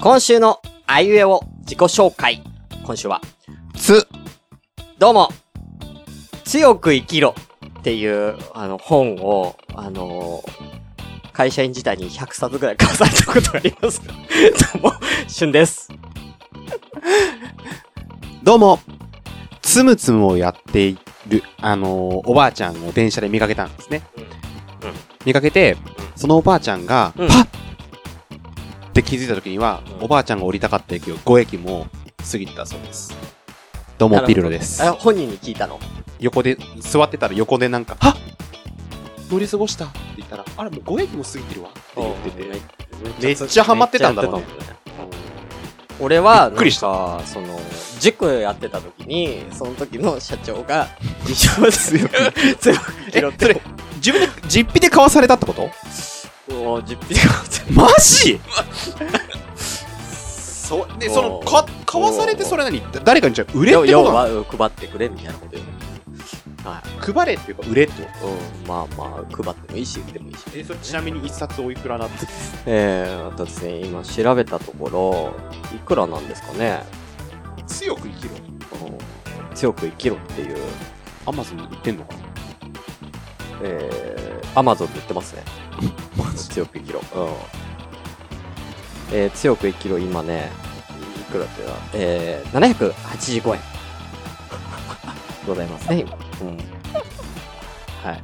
今週のあいうえを自己紹介。今週は、つ、どうも、強く生きろっていう、あの、本を、あのー会社員時代に100冊ぐらい買わされたことがあります。 どうも、しゅんです。どうも、つむつむをやっている、あのーおばあちゃんを電車で見かけたんですね。うんうん見かけて、そのおばあちゃんが、うんパッって気づいた時には、うんおばあちゃんが降りたかった駅を5駅も過ぎてたそうです。どうも、ピルロですあ。本人に聞いたの。横で、座ってたら横でなんか、はっ乗り過ごしたって言ったら、あれもう5駅も過ぎてるわって言ってて。めっちゃハマってたんだろうねめっちゃやってたもんね俺は、びっくりしたなんかその、塾やってた時に、その時の社長 が、自称強く強く生きろっえそれて。自分で、実費で買わされたってこともう、実費で買わせマジ そでそのおーか買わされてそれ何誰かにじゃあ売れ要ってこ要となのはうん配ってくれみたいなことよ。は配れっていうか売れってことい。うん、まあまあ、配ってもいいし、でもいいし。えそれちなみに一冊おいくらなんてええー、私ね、今調べたところ、いくらなんですかね。強く生きろうん強く生きろっていう、アマゾンに売ってんのかなえー、アマゾンで売ってますね。強く生きろ。うん。えー、強く生きろ、今ね、いくらってな、えー、785円。 ございますね、今。うん。はい。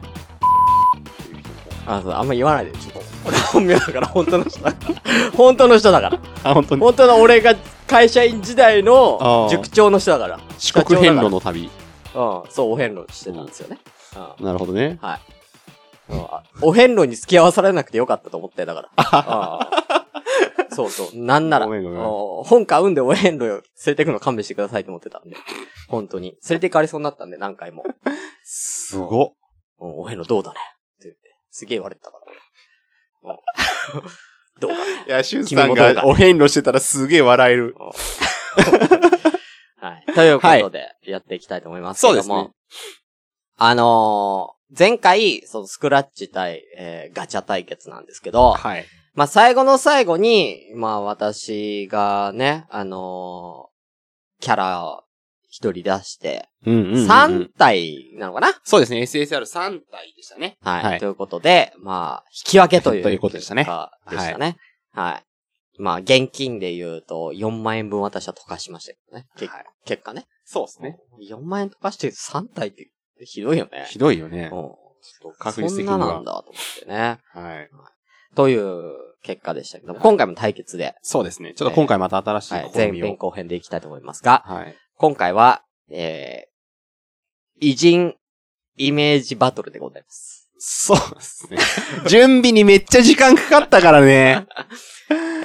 あ、そう、あんま言わないで、ちょっと。俺本名だから、本当の人だ から。本当の人だから。あ本当に本当の俺が会社員時代あのー塾長の人だから。四国遍路の。の旅うん、そう、お遍路してたんですよね。うん。なるほどねはい。お遍路に付き合わされなくてよかったと思って、だ から。ああそうそう。なんなら、ごめんごめんお本買うんでお遍路を連れてくの勘弁してくださいと思ってたんで。本当に。連れて行かれそうになったんで、何回も。すごっうんお遍路どうだねって言って。すげえ言われてたから。うんどうだねいやしゅんさんがお遍路してたらすげえ笑えるはい。ということで、やっていきたいと思いますけども。そうですねあのー前回、そのスクラッチ対、えーガチャ対決なんですけど、はいまあ、最後の最後に、まあ、私がね、あのーキャラを一人出して、うんうんうんうん3体なのかな、そうですね SSR3 体でしたねはい、はいということで、まあ、引き分けという。ということでしたねかでしたね。はい。まあ、現金で言うと、4万円分私は溶かしましたけどね。けはい結果ね。そうですね4万円溶かして3体って、ひどいよね。ひどいよねうん。ちょっと確率そん的なになはんだと思ってね。はいという結果でしたけども、今回も対決で、そうですねちょっと今回また新しいはい、試前みを編後編でいきたいと思いますが、はい今回は、えー、偉人イメージバトルでございます。そうです ね。準備にめっちゃ時間かかったからね。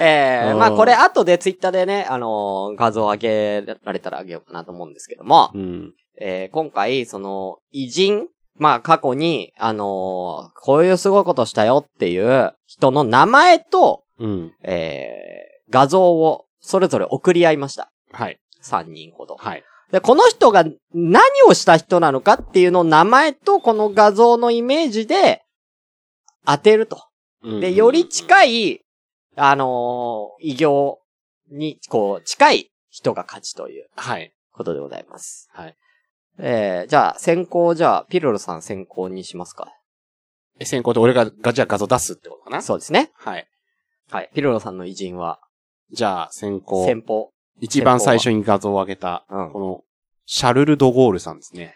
えー、うんまあこれ後でツイッターでね、あのー画像上げられたら上げようかなと思うんですけども、うん。えー、今回、その、偉人、まあ過去に、あのーこういうすごいことしたよっていう人の名前と、うん。えー、画像をそれぞれ送り合いました。はい。 3人ほど。はい。で、この人が何をした人なのかっていうのを名前とこの画像のイメージで当てると。で、より近い、あのー、偉業に、こう、近い人が勝ちというはい。ことでございます。はい。えー、じゃあ、先行、じゃあ、ピロロさん先行にしますか。え先行で俺がガじゃあ画像出すってことかなそうですね。はい。はい。ピロロさんの偉人は、じゃあ、先行。先方。一番最初に画像を上げた、うんこの、シャルル・ド・ゴールさんですね。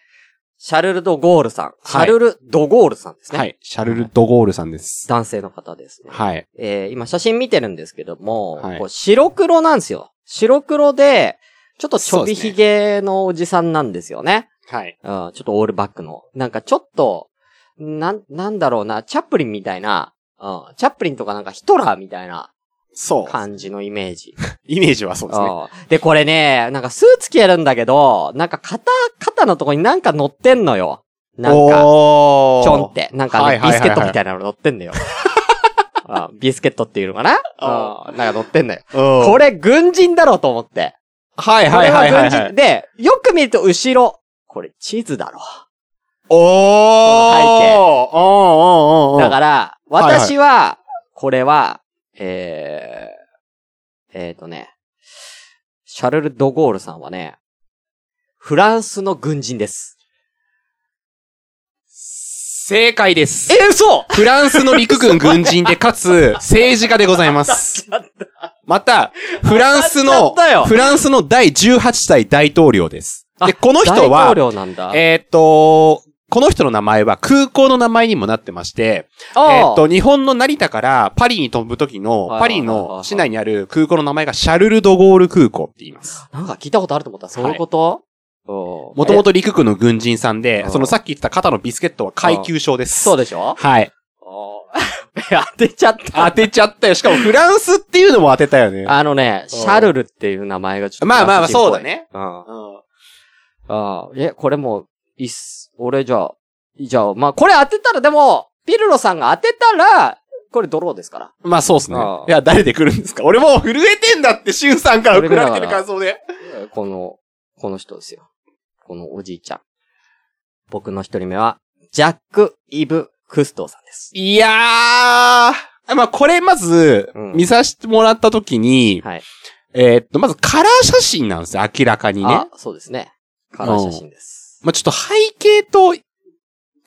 シャルル・ド・ゴールさん。シャルル・ド・ゴールさんですね。はい。シャルル・ド・ゴールさんです。男性の方ですね。はい。えー今写真見てるんですけども、はいこう白黒なんですよ。白黒で、ちょっとちょびそうですねひげのおじさんなんですよね。はい。うん、ちょっとオールバックの。なんかちょっと、なん、なんだろうな、チャップリンみたいな、うん、チャップリンとかなんかヒトラーみたいなそう。感じのイメージ。イメージはそうですね。うんで、これね、なんかスーツ着てるんだけど、なんか肩、肩のとこになんか乗ってんのよ。なんか、おーちょんっ。て。なんかはね、いはいビはスいはいケットみたいなの乗ってん のよ。あビスケットっていうのかなあうんなんか乗ってんのよ。ここれれ軍人だろうと思って。はいはいはいはこれはいは軍人い。で、よく見ると後ろ。これ地図だろこおおーおーおーおーだから、はいはい私は、これは、えー、えっ、とね、シャルル・ド・ゴールさんはね、フランスの軍人です。正解です。え、嘘フランスの陸軍軍人で、かつ、政治家でございます。また、フランス当のたったよ、フランスの第18代大統領です。あで、この人大は統、領なんだ。えーっと、この人の名前は空港の名前にもなってまして、えあーっと、日本の成田からパリに飛ぶ時の、はいパリの市内にある空港の名前がシャルル・ド・ゴール空港って言います。なんか聞いたことあると思った。そういうことももともと陸軍の軍人さんでう、んそのさっき言ってた肩のビスケットは階級章です。そうでしょはい。お ー当てちゃった。当てちゃったよ。しかもフランスっていうのも当てたよね。あのね、シャルルっていう名前がちょっと。まあまあまあ、そうだ。ね。うん。あうんあ、え、これもう、いっす。俺じゃあ、じゃあ、まあこれ当てたら、でも、ピルロさんが当てたら、これドローですから。まあそうっすねああ。いや、誰で来るんですか俺もう震えてんだって、シュンさんから送られてる感想で。この、この人ですよ。このおじいちゃん。僕の一人目は、ジャック・イブ・クストーさんです。いやー。まあこれまずう、ん見させてもらったときに、はい。えーっと、まずカラー写真なんですよ、明らかにね。あ、そうですね。カラー写真です。まあちょっと背景と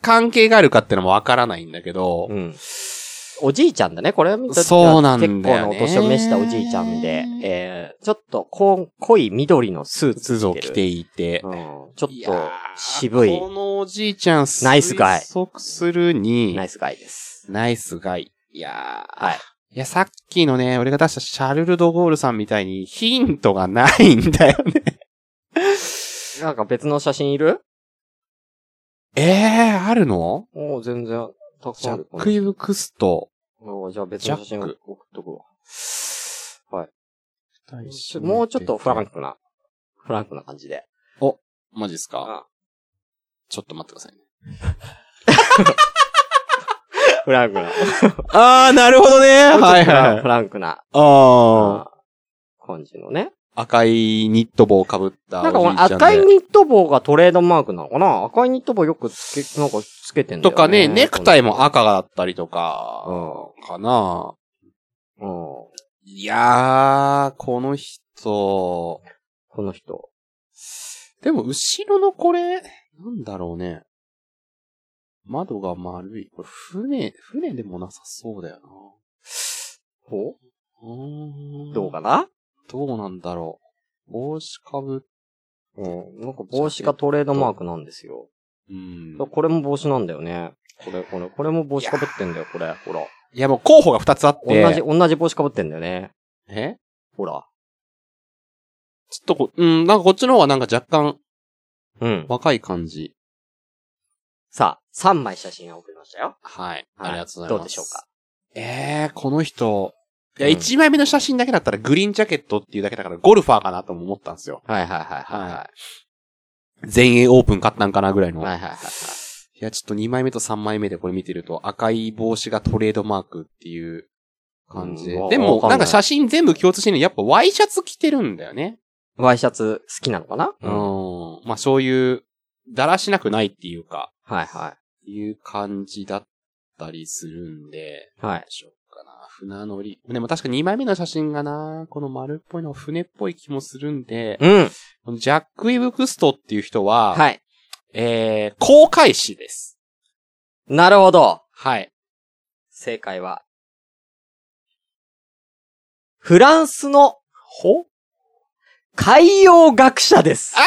関係があるかってのもわからないんだけどう、ん。おじいちゃんだね。これは見たらそうなんだよね結構なお年を召したおじいちゃんで、えー、ちょっとこ濃い緑のスーツスーツを着てる、いて、うん、ちょっいやとー渋いこのおじいちゃん、ナイスガイ推測するに、ナイスガイです。ナイスガイ。いやー。はい。いや、さっきのね、俺が出したシャルル・ド・ゴールさんみたいにヒントがないんだよね。 なんか別の写真いるえー、あるのもう全然、たくジさんャある。ック・イブ・クスト。おじゃあ別の写真ジャ送ッっクとくわ。はいちょもうちょっとフランクな、フランクな感じで。マジっすうんかちょっと待ってくださいね。フランクな。あー、なるほどね。 はいフラはンい。フあランクな、ー。感じのね。赤いニット帽をかぶったおじないんちかゃこんで。の赤いニット帽がトレードマークなのかな赤いニット帽よくつけ、なんかつけてんだよね。とかね、ネクタイもあ赤だったりとか、かなうん。こいやー、この人、の人。でも、後ろのこれ、なんだろうね。窓が丸い。これ、船、船でもなさそうだよな。ほうーん。どうかなどうなんだろう。帽子かぶ、うん。なんか帽子がトレードマークなんですよ。うんだからこれも帽子なんだよね。これ、これ、これも帽子かぶってんだよ、これ。ほら。いや、もう候補が2つあっ同て。じ、。同じ帽子かぶってんだよね。えほら。ちょっとこ、うん、なんかこっちの方がなんか若干うん。若い感じ。さあ、3枚写真を送りましたよ。はい。はいありがとうございます。どうでしょうか。えー、この人、いや、うん1枚目の写真だけだったらグリーンジャケットっていうだけだからゴルファーかなとも思ったんですよ。はいはいはいはい。は全英オープン買ったんかなぐらいいの。はいはいはい。いや、ちょっと2枚目と3枚目でこれ見てると赤い帽子がトレードマークっていう感じで。うんでわもか、んなないんか写真全部共通してるのやっぱワイシャツ着てるんだよね。ワイシャツ好きなのかなうはん。まあそういう、だらしなくないっていうか、いはいう感じだったりするんで、い。はいどう。しようかな。船乗り。でも確か2枚目の写真がな、この丸っぽいのは船っぽい気もするんで、うん。このジャック・イブ・クストっていう人は、はい。えー、航海士です。なるほど。はい。正解は、フランスのほ海洋学者です。あ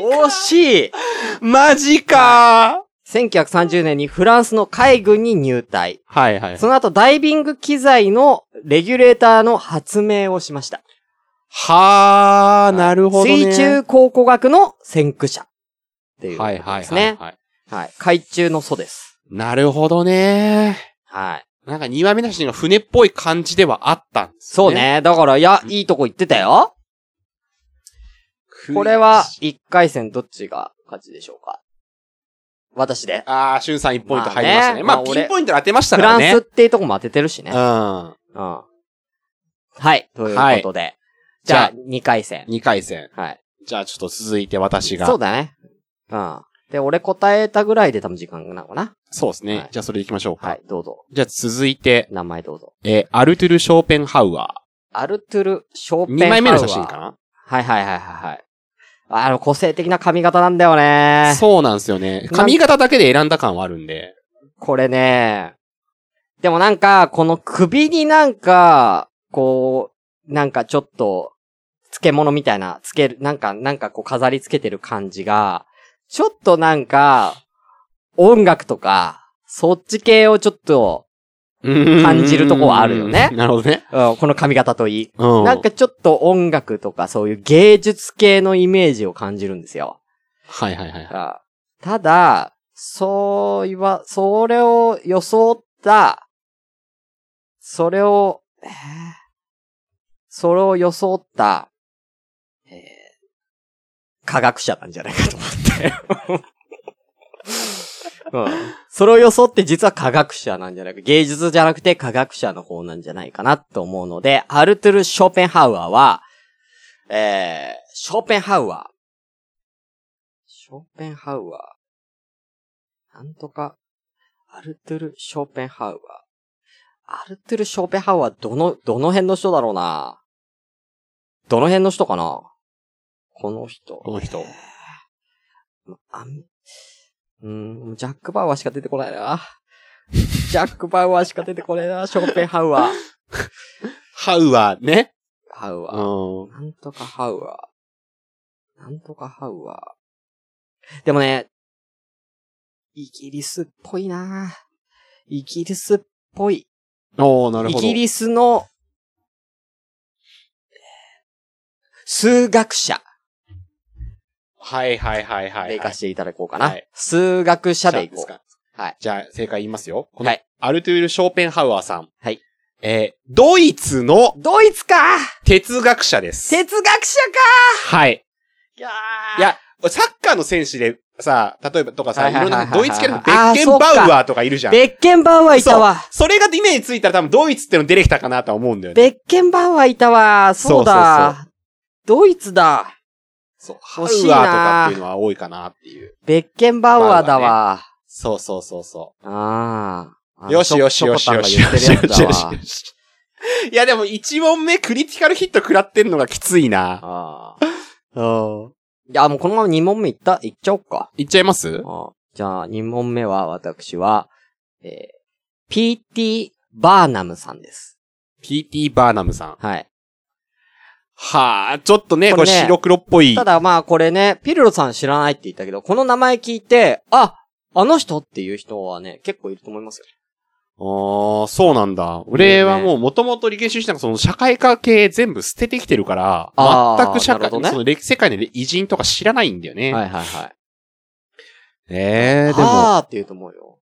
惜しいマジか !1930 年にフランスの海軍に入隊。はいはい。その後ダイビング機材のレギュレーターの発明をしました。はー、なるほどね。水中考古学の先駆者。っていうこはいとはいですはねい。。はい。はい。海中の祖です。なるほどね。はい。なんか2枚目の写真が船っぽい感じではあったんです、そう。ね。だから、いや、いいとこ行ってたよ。これは、一回戦どっちが勝ちでしょうか私で。あー、しゅんさん1ポイント入りましたね。ままああ、ねまあ俺ピンポイントで当てましたフかラらンね。スっていうとこも当ててるしね。うん。うん。はい。ということで。じじゃゃああ、二回戦。 2回戦。はい。じゃあちょっと続いて私が。そそうだね。うん。で、俺答えたぐらいで多分時間なのかな。うですね。はいじゃあそれで行きましょうか。はい、どうぞ。じゃあ続いて、名前どうぞ。えーアルトゥル・ショーペンハウアアルトゥル・ショーペンハウアー。 2枚目の写真かはいはいはいはいはい。あの、個性的な髪型なんだよなね。そうなんですよね。髪型だけで選んだ感はあるんで。これね。でもなんか、この首になんか、こう、なんかちょっと、漬物みたいな、つける、なんか、なんかこう飾りつけてる感じが、ちょっとなんか、音楽とか、そっち系をちょっと、感じるとこはあるよねなるほどね。うんこの髪型といい。うなんか、ちょっと音楽とかそういう芸術系のイメージを感じるんですよ。はいはいはい。あただ、そういわ、それを装った、それを、えーそれを装った、えー科学者なんじゃないかと思 って。 うん、それを装って実は科学者なんじゃないか。芸術じゃなくて科学者の方なんじゃないかなと思うので、アルトゥル・ショーペンハウアーは、えーショーペンハウアー、ショーペンハウアー。なんとか、アルトゥル・ショーペンハウアー。アルトゥル・ショーペンハウアー、どの、どの辺の人だろうなどの辺の人かなこの人。この人。あん、うーん、ジャック・バウアーしか出てこないな。 ジャック・バウアーしか出てこないな、ショーペンハウアー。ハウはね。ハウアー。うん。なんとかハウアー。なんとかハウアー。でもね、イギリスっぽいなイギリスっぽい。おー、なるイほど。ギリスの、数学者はいはいはいはい、はでい。行かせていただこうかな。はい数学者で行こじゃあう。はい。じゃあ、正解言いますよ。このはい。アルトゥール・ショーペンハウアーさん。はい。えードイツのドイツか哲学者です。哲学者はい。かいやいや、サッカーの選手でさ、例えばとかさ、はいいはいろはんいはいなドイツ系のベあッーケンそうバかウアーとかいるじゃん。ベッケンバウアーいたわ。それがイメージついたら多分ドイツっての出てきたかなとは思うんだよね。ベッケンバウアーいたわ。そうだ。ドイツだ。そう。ハウア欲ーしいとなかっていうのは多いかなっていう。ベッケンバウアーだわ。そうそうそうそあーあう。よしよしよしよしよしよしよしよし。 いやでも1問目クリティカルヒット食らってんのがきついな。あうん。いや、もうこのまま2問目いった、いっちゃおっか。いっちゃいますあじゃあ、2問目は私は、えー、PT バーナムさんです。 ?PT バーナムさん。はい。はあ、ちょっとね、ここれれね白黒っぽい。ただまあこれね、ピルロさん知らないって言ったけど、この名前聞いて、ああの人っていう人はね、結構いると思いますよ。ああ、そうなんだ。俺はもう元々理系出身なんかその社会科系全部捨ててきてるから、あー全く社なるほ会、どねその歴世界の偉人とか知らないんだよね。いはいはい。ええでも、あーって言うと思うよ。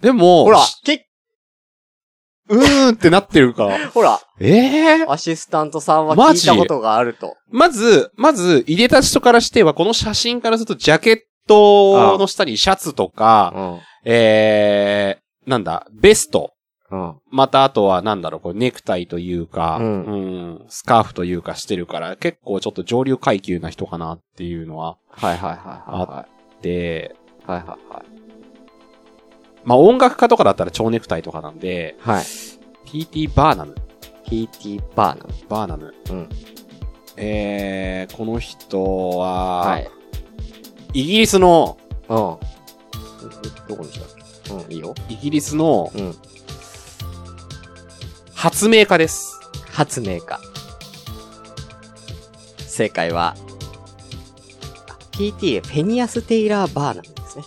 でも、ほらし、け うーんってなってるから。ほら、ええアシスタントさんはマ聞いジたことがあると。まず、まず、入れた人からしては、この写真からするとジャケットの下にシャツとか、ん。ええなんだ、ベスト。うん。またあとは、なんだろう、これネクタイというか、ううんん、スカーフというかしてるから、結構ちょっと上流階級な人かなっていうのははいはいはいはいはで、い。はいはいはい。まあ音楽家とかだったら蝶ネクタイとかなんで、はい。 PT バーナム、 PT バーナム。バーナム。うんえー、この人は、はい。イギリスの、うん。どこにしたっけうん、いいよ。イギリスのうん。発明家です。発明家。正解は、あ PTA、フェニアス・テイラー・バーナムですね。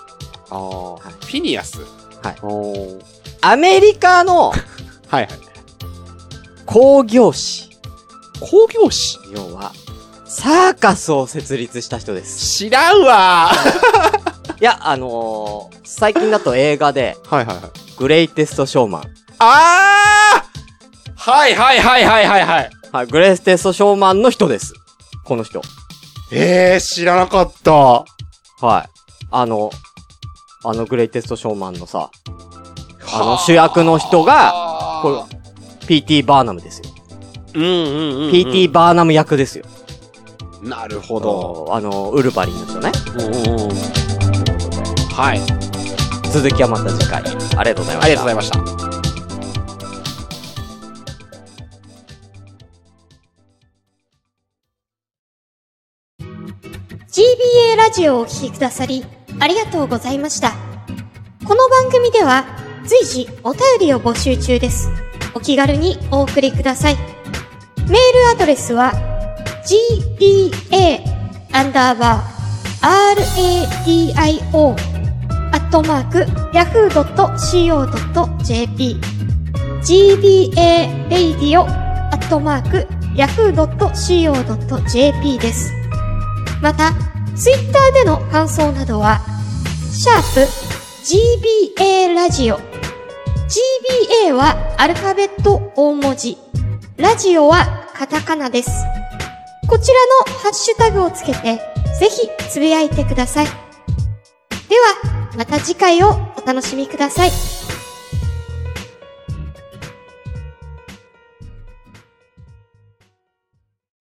ああ、はいフィニアス。はいおーアメリカのはいはい。工業士。工業士要は、サーカスを設立した人です。知らんわーいや、あのー、最近だと映画で、はいはいはい。グレイテスト・ショーマン。あーはいはいはいはいはいはい。はい、グレイテスト・ショーマンの人です。この人。ええー、知らなかった。はい。あの、あのグレイテストショーマンのさ、あの主役の人が、がこれ PT バーナムですよ。うんうんうん、うん。 PT バーナム役ですよ。なるほど。あの、ウルヴァリンの人ね。うんうんうんはい。続きはまた次回。ありがとうございました。ありがとうございました。系ラジオをお聴きくださり、ありがとうございました。この番組では、随時お便りを募集中です。お気軽にお送りください。メールアドレスは、gba, アンダーバー、radio, アットマーク、yahoo.co.jp gba-radio-yahoo.co.jp です。また、ツイッターでの感想などは、シャープ gba ラジオ。gba はアルファベット大文字。ラジオはカタカナです。こちらのハッシュタグをつけて、ぜひつぶやいてください。では、また次回をお楽しみください。